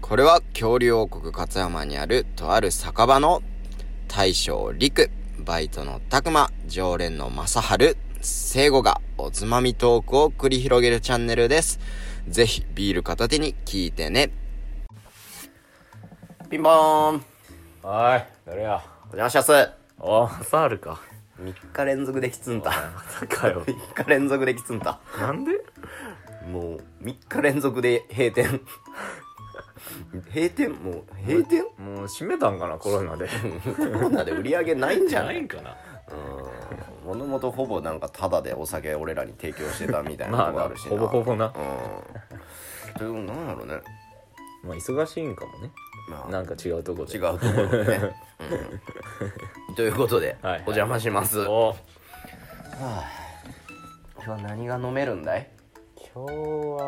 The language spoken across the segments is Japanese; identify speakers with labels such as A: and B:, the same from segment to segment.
A: これは恐竜王国勝山にあるとある酒場の大将陸、バイトの拓馬、常連の正春、聖護がおつまみトークを繰り広げるチャンネルです。ぜひビール片手に聞いてね。ピンポーン。
B: おい、誰や。
A: お邪魔します。
B: おー、サールか。
A: 3日連続できつんた。
B: まさか よ。
A: 3日連続できつんた。
B: なんで
A: もう3日連続で閉 店。閉店もう閉店
B: もう閉めたんかな、コロナで。
A: コロナで売り上げないんじゃない
B: んかな。
A: もともとほぼなんかタダでお酒俺らに提供してたみたいな
B: まあ
A: とこあ
B: な、
A: るしな
B: ほぼほぼな。
A: うんでもなんやろね
B: まあ、忙しいんかもね。
A: まあ
B: なんか違うとこで。
A: 違うところで ね、うん、ということで、
B: はいはい
A: お邪魔します
B: おー
A: 今日何が飲めるんだい
B: 今日は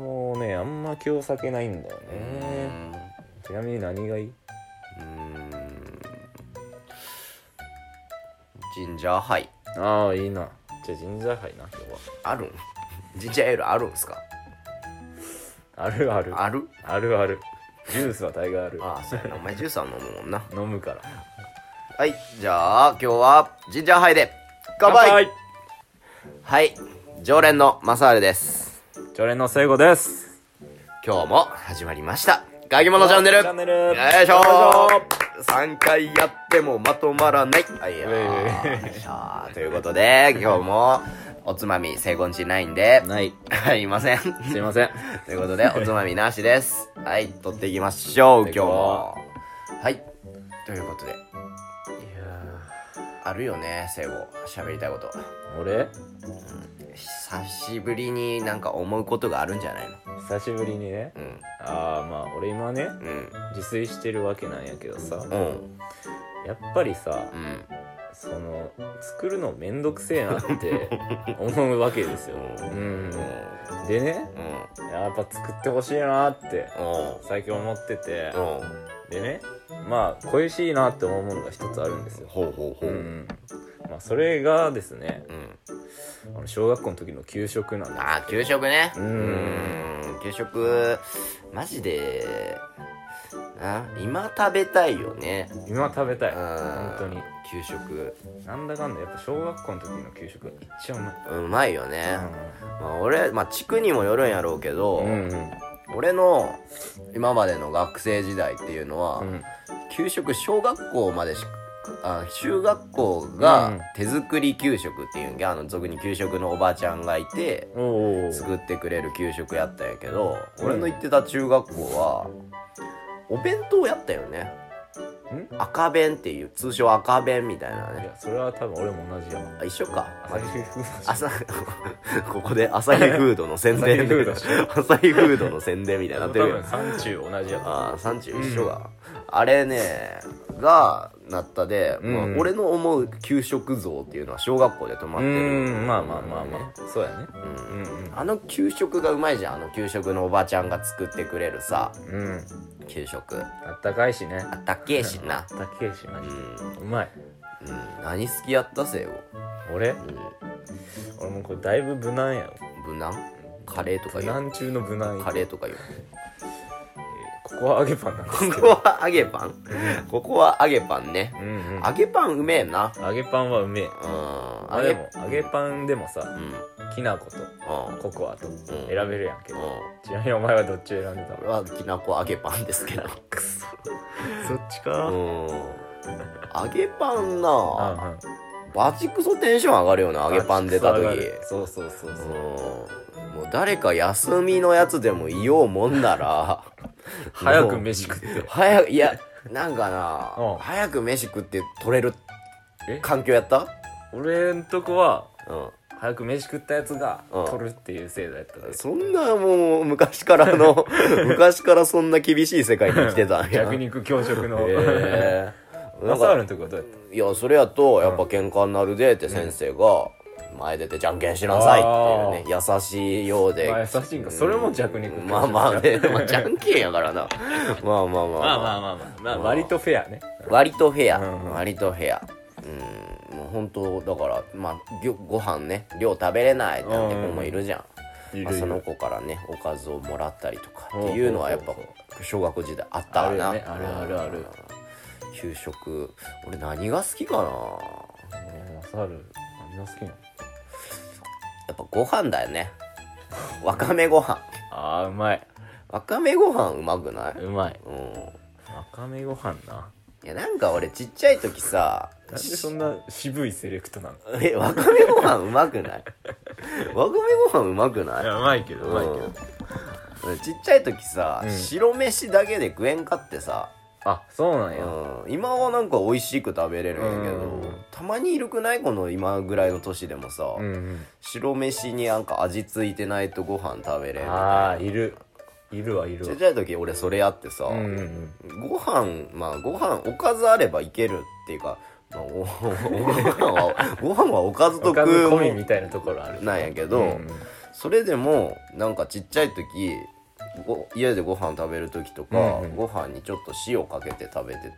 B: もうね、あんま今日酒ないんだよ
A: う
B: ね。
A: ん
B: ちなみに何がいいう
A: ーんジンジャーハイ
B: ああ、いいな。じゃあ、ジンジャーハイな、今日は。
A: あるん ジンジャーエールあるんすか
B: あるある。
A: ある
B: あるある。ジュースは大概ある。
A: ああそうやなお前ジュースは飲むもんな
B: 飲むから。
A: はいじゃあ今日はジンジャーハイで乾杯
B: 乾杯
A: はい常連のマサールです
B: 常連の聖子です。
A: 今日も始まりましたガギモのチャンネル
B: チャンネル
A: よいし
B: よいし
A: ょ3回やってもまとまらないあいや
B: う
A: ーよいしょーということで今日もおつまみ成功しないんで
B: ない。
A: はいいません
B: すいません。
A: ということでおつまみなしですはい取っていきましょう今日もはいということで
B: いや
A: あるよね聖子喋りたいこと
B: 俺
A: 久しぶりになんか思うことがあるんじゃないの
B: 久しぶりにね
A: うん
B: ああまあ俺今ね
A: うん
B: 自炊してるわけなんやけどさ
A: うん
B: やっぱりさ
A: うん
B: その作るのめんどくせえなって 思うわけですようんでね
A: うん
B: やっぱ作ってほしいなって
A: う
B: 最近思ってて
A: んうん
B: でねまあ恋しいなって思うものが一つあるんですよ
A: ほうほう
B: う
A: ほうん
B: まあそれがですね
A: うん
B: あの小学校の時の給食なんです
A: ああ給食ね
B: う
A: うんーん給食マジであ今食べたいよね
B: 今食べたい
A: うん
B: 本当に
A: 給食
B: なんだかんだやっぱ小学校の時の給食が一番うまいう
A: まいよね、まあ、俺、まあ、地区にもよるんやろうけど、
B: うんうん
A: 俺の今までの学生時代っていうのは、
B: うん
A: 給食小学校までしあ中学校
B: うん
A: が手作り給食っていうんやあの俗に給食のおばあちゃんがいて
B: おおお
A: 作ってくれる給食やったんやけど
B: うん
A: 俺の行ってた中学校はお弁当やったよね赤弁っていう通称赤弁みたいないね
B: やそれは多分俺も同じやわ
A: あ一緒か
B: 朝日フード
A: 朝 ここで朝日フードの宣伝朝日フードの宣伝みたいにな
B: 多
A: ってるよ
B: 分三中同じやわ
A: ああ産地一緒が、あれねがなったで、
B: うん
A: まあ俺の思う給食像っていうのは小学校で止ま
B: う
A: ってる
B: んまあまあまあまあそうやねうんうん
A: あの給食がうまいじゃんあの給食のおばちゃんが作ってくれるさ
B: うん
A: 給食
B: あったかいしね
A: あったけえしな
B: あったけえしマ
A: う
B: ジで
A: ん、
B: うまい
A: うん、何好きやったせよ、
B: 俺
A: う
B: 俺もこれだいぶ無難やわ
A: ん、無難カレーとか
B: 無
A: 言う
B: 難中の無難
A: カレーとか言う
B: ここは揚げパンなんです
A: こ
B: け
A: こ
B: ど
A: は揚げパンここは揚げパンね
B: うんうん
A: 揚げパンうめえな
B: 揚げパンはうめえ
A: うん
B: まあ
A: 揚
B: で
A: げ
B: も揚げパンでも
A: う
B: さ
A: ん
B: きな粉と
A: うん
B: ココアと選べるやんけど
A: うん
B: ちなみにお前はどっちを選んでた
A: これはきなこ揚げパンですけど
B: くそそっち
A: う
B: か
A: ん揚げパン
B: うん
A: な
B: うん
A: バチクソテンション上がるよな揚げパン出た時
B: そうそうそう
A: う
B: そ
A: ん
B: う
A: もう誰か休みのやつでもいようもんなら
B: 早く飯食って
A: もう早くいやなんかな、
B: うん
A: 早く飯食って取れる
B: え
A: 環境やった
B: 俺んとこは
A: うん
B: 早く飯食ったやつが
A: うん
B: 取るっていう制度やったで
A: そんなもう昔から の昔からそんな厳しい世界に来てたんや
B: 弱肉強食の
A: え ー
B: マサールのとこはどうやっ
A: いやそれやとやっぱ喧嘩になるでって先生が前出てじゃんけんしなさいっていうね優しいようで
B: たまあ優しいんかそれも弱肉強食
A: まあまあねまあじゃんけんや からなまあまあまあ
B: まあまあまあまあまあ割とフェアね
A: 割とフェ
B: うんうん
A: ア割とフェアうんもう本当だからまあぎょご飯ね量食べれないなんて子もいるじゃん
C: い
A: まあ、
C: るい
A: その
C: る
A: 子からねおかずをもらったりとかっていうのはやっぱ
B: ほうほう
A: 小学校時代あったわな
B: あるよねあるあるある
A: うん給食俺何が好きかな
B: マサル何が好きなの
A: やっぱご飯だよねわかめご飯
B: あーうまい
A: わかめご飯うまくないう
B: まい
A: うん
B: わかめご飯ない
A: やなんか俺ちっちゃい時さ
B: なんでそんな渋いセレクトなの
A: えわかめご飯うまくないわかめご飯うまくない
B: いやうまいけどうまいけど
A: うんちっちゃい時さ、
B: うん
A: 白飯だけで食えんかってさ、
B: あそうなんや
A: うん、今はなんか美味しく食べれるんやけど、
B: うん
A: たまにいるくないこの今ぐらいの年でもさ、
B: うんうん
A: 白飯になんか味ついてないとご飯食べれんみたいな
B: ああいるいるはいる
A: ち
B: わ
A: っちゃい時俺それやってさ、
B: うんうん
A: ご飯まあご飯おかずあればいけるっていうか、まあ、お ご飯はご飯はおかず
B: うん
A: と
B: おかず
A: 食う
B: 込み
A: も
B: みたいなところある
A: んなんやけど、
B: うん
A: それでもなんかちっちゃい時ご家でご飯食べる時とか、
B: うんうん
A: ご飯にちょっと塩かけて食べて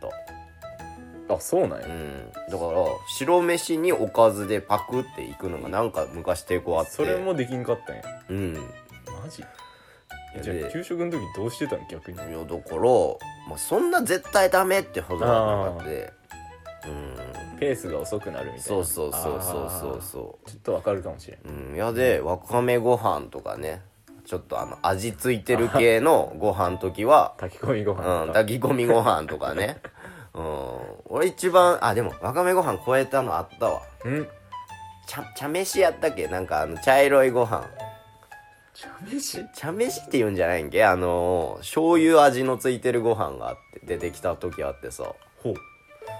A: た、
B: あそうなんや
A: うん、だから白飯におかずでパクっていくのがなんか昔抵抗あって
B: それもできんかったんや
A: うんい
B: マジ
A: や
B: じゃあ
A: で
B: 給食の時どうしてたの逆に
A: いやだから、まあ、そんな絶対ダメってほどはなかったうん
B: ペースが遅くなるみたいな
A: そうそうそうそうそう
B: う
A: そ
B: ちょっとわかるかもしれん
A: ううんいやでわかめご飯とかねちょっとあの味ついてる系のご飯の時は
B: 炊き込みご
A: うん、
B: 飯とか
A: 炊き込みご飯とかね。うん、俺一番、あ、でも、わかめご飯超えたのあったわ。
B: うん
A: 茶、茶飯やったっけなんか、あの、茶色いご飯。
B: 茶飯
A: 茶飯って言うんじゃないんけあのー、醤油味のついてるご飯があって、出てきた時あってさ。
B: ほう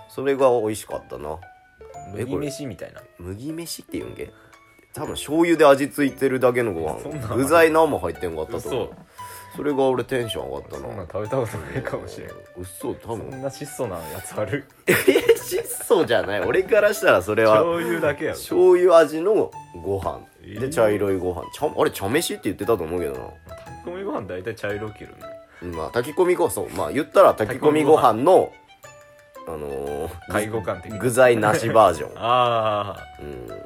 A: それが美味しかったな。え
B: 麦
A: これ
B: 飯みたいな
A: 麦飯って言うんけ多分醤油で味ついてるだけのご
B: そんな
A: 飯
B: の
A: 具材何も入ってんかったと思
B: 嘘
A: うそれが俺テンション上がった
B: そんな
A: なん
B: 食べたことないかもしれん
A: 嘘多
B: そ
A: 分
B: んな質素なやつある
A: え質素じゃない俺からしたらそれは
B: 醤油だけやろ
A: 醤油味のご飯
B: え
A: で
B: ー
A: 茶色いご飯茶あれ茶飯って言ってたと思うけどな
B: 炊き込みご飯大体茶色けどね
A: まあ炊き込みご飯そうまあ言ったら炊き込みご飯のあの
B: 介護官的
A: ー、
B: な
A: 具材なしバージョン、
B: ああ
A: うん、が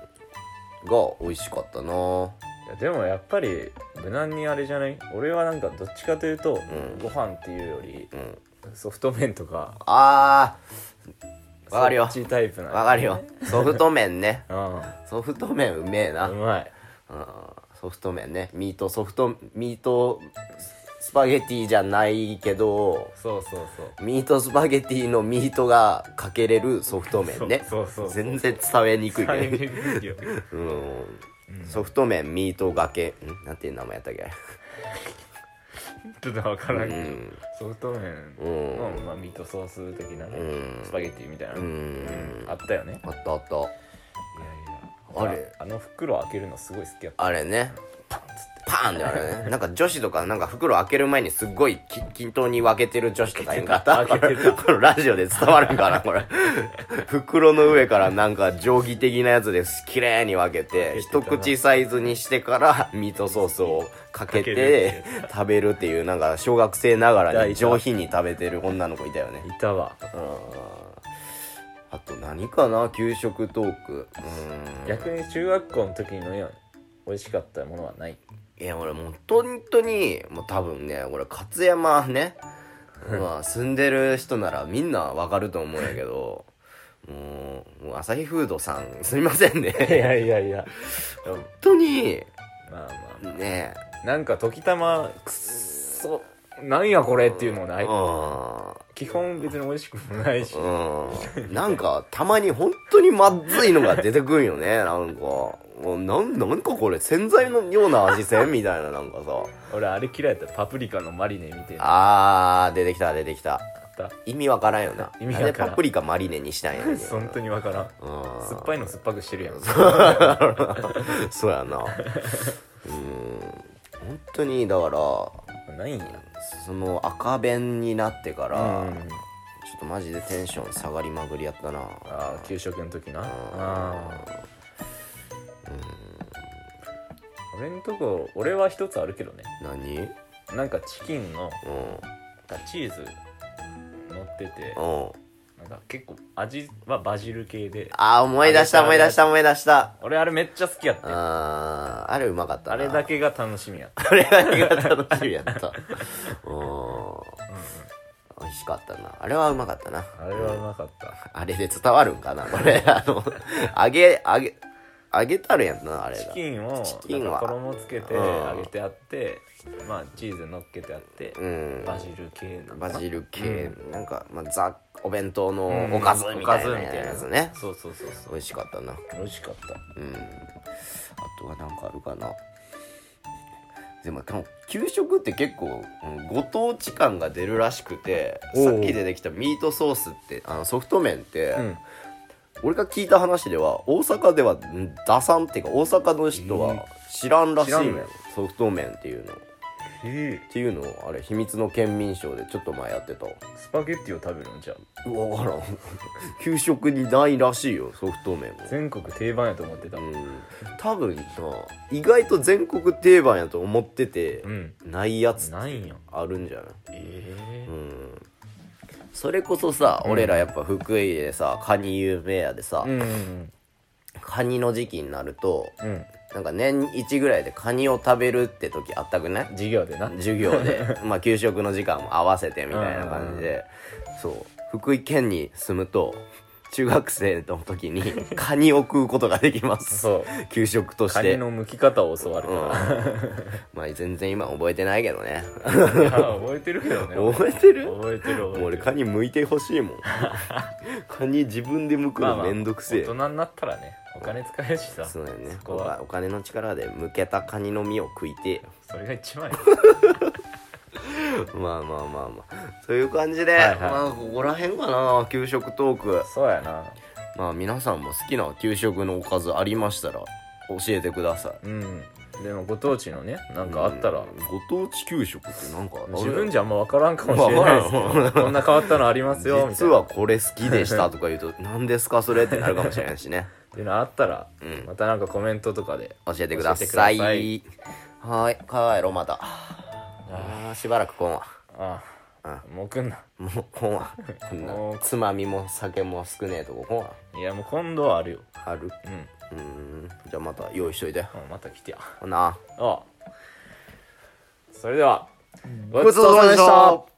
A: 美味しかったない
B: やでもやっぱり無難にあれじゃない俺はなんかどっちかというと、
A: ん
B: ご飯っていうより
A: うん
B: ソフト麺とか
A: あーわかるよ
B: そっちタイプな
A: わかるよソフト麺ね
B: う
A: ソフト麺うめえな、うん、
B: うんまい
A: ソフト麺ねミートソフトミートスパゲティじゃないけど
B: そうそうそう
A: ミートスパゲティのミートがかけれるソフト麺ね
B: そうそうそう
A: 全然伝えにくい
B: タイミン
A: ね、
B: グよ
A: うん、ソフト麺ミートがけんなんていう名前やったっけ
B: ちょっと分からんけど、
A: うん
B: ソフト麺
A: うん
B: の、まあ、ミートソース的なね、
A: うん
B: スパゲッティみたいな、
A: うん
B: あったよね
A: あったあった
B: いやい
A: あ
B: や
A: れ
B: あの袋開けるのすごい好きやった
A: あれねパーンってあれねなんか女子とかなんか袋開ける前にすっごいき均等に分けてる女子とかいんかった
B: 開けてた
A: このラジオで伝わるんかなこれ袋の上からなんか定規的なやつです綺麗に分けて
B: 開けてた
A: 一
B: な
A: 口サイズにしてからミートソースをかけ
B: かける
A: て食べるっていうなんか小学生ながらに
B: いたいた
A: 上品に食べてる女の子いたよね
B: いたわ
A: あと何かな給食トークうーん
B: 逆に中学校の時のように美味しかったものはない
A: いや俺もう本当にもう多分ね俺勝山ねまあ住んでる人ならみんなわかると思うんやけどもうもう朝日フードさんすみませんね
B: い
A: 本
B: やいやいや
A: 当に
B: まあま
A: ね
B: あなんか時たまくっそなんやこれっていうのもない
A: うん
B: 基本別に美味しくもないし
A: うんなんかたまに本当にまずいのが出てくるよねなんかもうなんなんかこれ洗剤のような味せんみたいななんかさ
B: 俺あれ嫌いだったパプリカのマリネみたいなあ
A: あー出てきた出てきた
B: った
A: 意味わからんよな
B: 意味わ
A: なんで
B: からん
A: パプリカマリネにしたんやねん
B: 本当にわからん
A: うん
B: 酸っぱいの酸っぱくしてるやん
A: そうやなうーん本当にだから
B: ないんや
A: その赤弁になってから、
B: うん
A: ちょっとマジでテンション下がりまぐりやったな
B: ああ給食の時なああ俺んとこ俺は一つあるけどね
A: 何うん
B: なんかチキンの
A: うん
B: チーズ乗ってて
A: うん
B: なんか結構味はバジル系で
A: あー思い出した思い出した思い出した
B: 俺あれめっちゃ好きやったよ
A: あーあれうまかったな
B: あれだけが楽しみやった
A: あれだけが楽しみやったうん美味しかったなあれはうまかったな
B: あれはうまかった
A: あれで伝わるんかなこれあの揚げ揚げ揚げたるやんなあれ
B: チ
A: だ
B: キンを
A: チキンは
B: なんか衣つけて
A: うん
B: 揚げてあってまあチーズ乗っけてあって
A: うん
B: バジル系なのか
A: バ
B: な
A: ジル系、なんか、まあ、ザお弁当のおかずみたいなやつね、
B: そうそうそうそ
A: 美
B: う
A: 味しかったなあ
B: 美味しかった
A: とはなんかあるかなでもでも給食って結構、うんご当地感が出るらしくて
B: おう
A: さっき出てきたミートソースってあのソフト麺って、
B: うん
A: 俺が聞いた話では大阪ではん出さんっていうか大阪の人は知らんらしいの
B: 知らんの
A: よ
B: や
A: ソフト麺っていうのっ
B: へえ
A: ていうのをあれ秘密の県民賞でちょっと前やってたわ
B: スパゲッティを食べるのじゃあ
A: 分からん給食にないらしいよソフト麺も
B: 全国定番やと思ってた
A: う
B: うん
A: 多分な意外と全国定番やと思ってて、
B: ん
A: ないやつ
B: ないんや
A: あるんじゃない
B: ええ
A: うんそれこそさ、俺らやっぱ福井でさカニ有名やでさ、
B: うんうん
A: カニの時期になると
B: うん
A: なんか年1ぐらいでカニを食べるって時あったくない
B: 授業でな
A: 授業 でまあ給食の時間も合わせてみたいな感じでそう福井県に住むと中学生の時にカニを食うことができます
B: そう
A: 給食とし
B: カ
A: て、
B: ニ
A: うん、
B: の剥き方を教わるから
A: まあ全然今覚えてないけどね
B: いや覚えてるけどね
A: 覚えてるも
B: 覚えてる
A: う
B: 覚え
A: 俺
B: てる
A: カニ剥いてほしいもんカニ自分で剥く
B: まあ
A: の
B: まあ
A: めんどくせえ、
B: 大人になったらねお金使えるしさ
A: そうだよね
B: そこ
A: お
B: は
A: かお金の力で剥けたカニの身を食いてえ
B: それが一番いい
A: まあまあまあまあという感じで、
B: はいはい
A: まあここら辺かな給食トーク
B: そうやな
A: まあ皆さんも好きな給食のおかずありましたら教えてください
B: うんでもご当地のねなんかあったら
A: ご当地給食ってなんかある
B: 自分じゃあんま分からんかもしれないです
A: わ
B: けどこんな変わったのありますよみた
A: 実
B: いなっ
A: はこれ好きでしたとか言うと 何ですかそれってなるかもしれないしね
B: ていうのあったら
A: うん
B: またなんかコメントとかで
A: 教えてください
B: 教え
A: はーい帰ろうまたあーしばらくこんわ
B: ああもう来んな
A: もうこんわこんな
B: もう
A: つまみも酒も少ねえとここんわ
B: いやもう今度はあるよ
A: ある
B: うんも
A: うーんじゃあまた用意しといて
B: うまた来てや
A: ほな
B: ああそれではご
A: ごちそうさまでした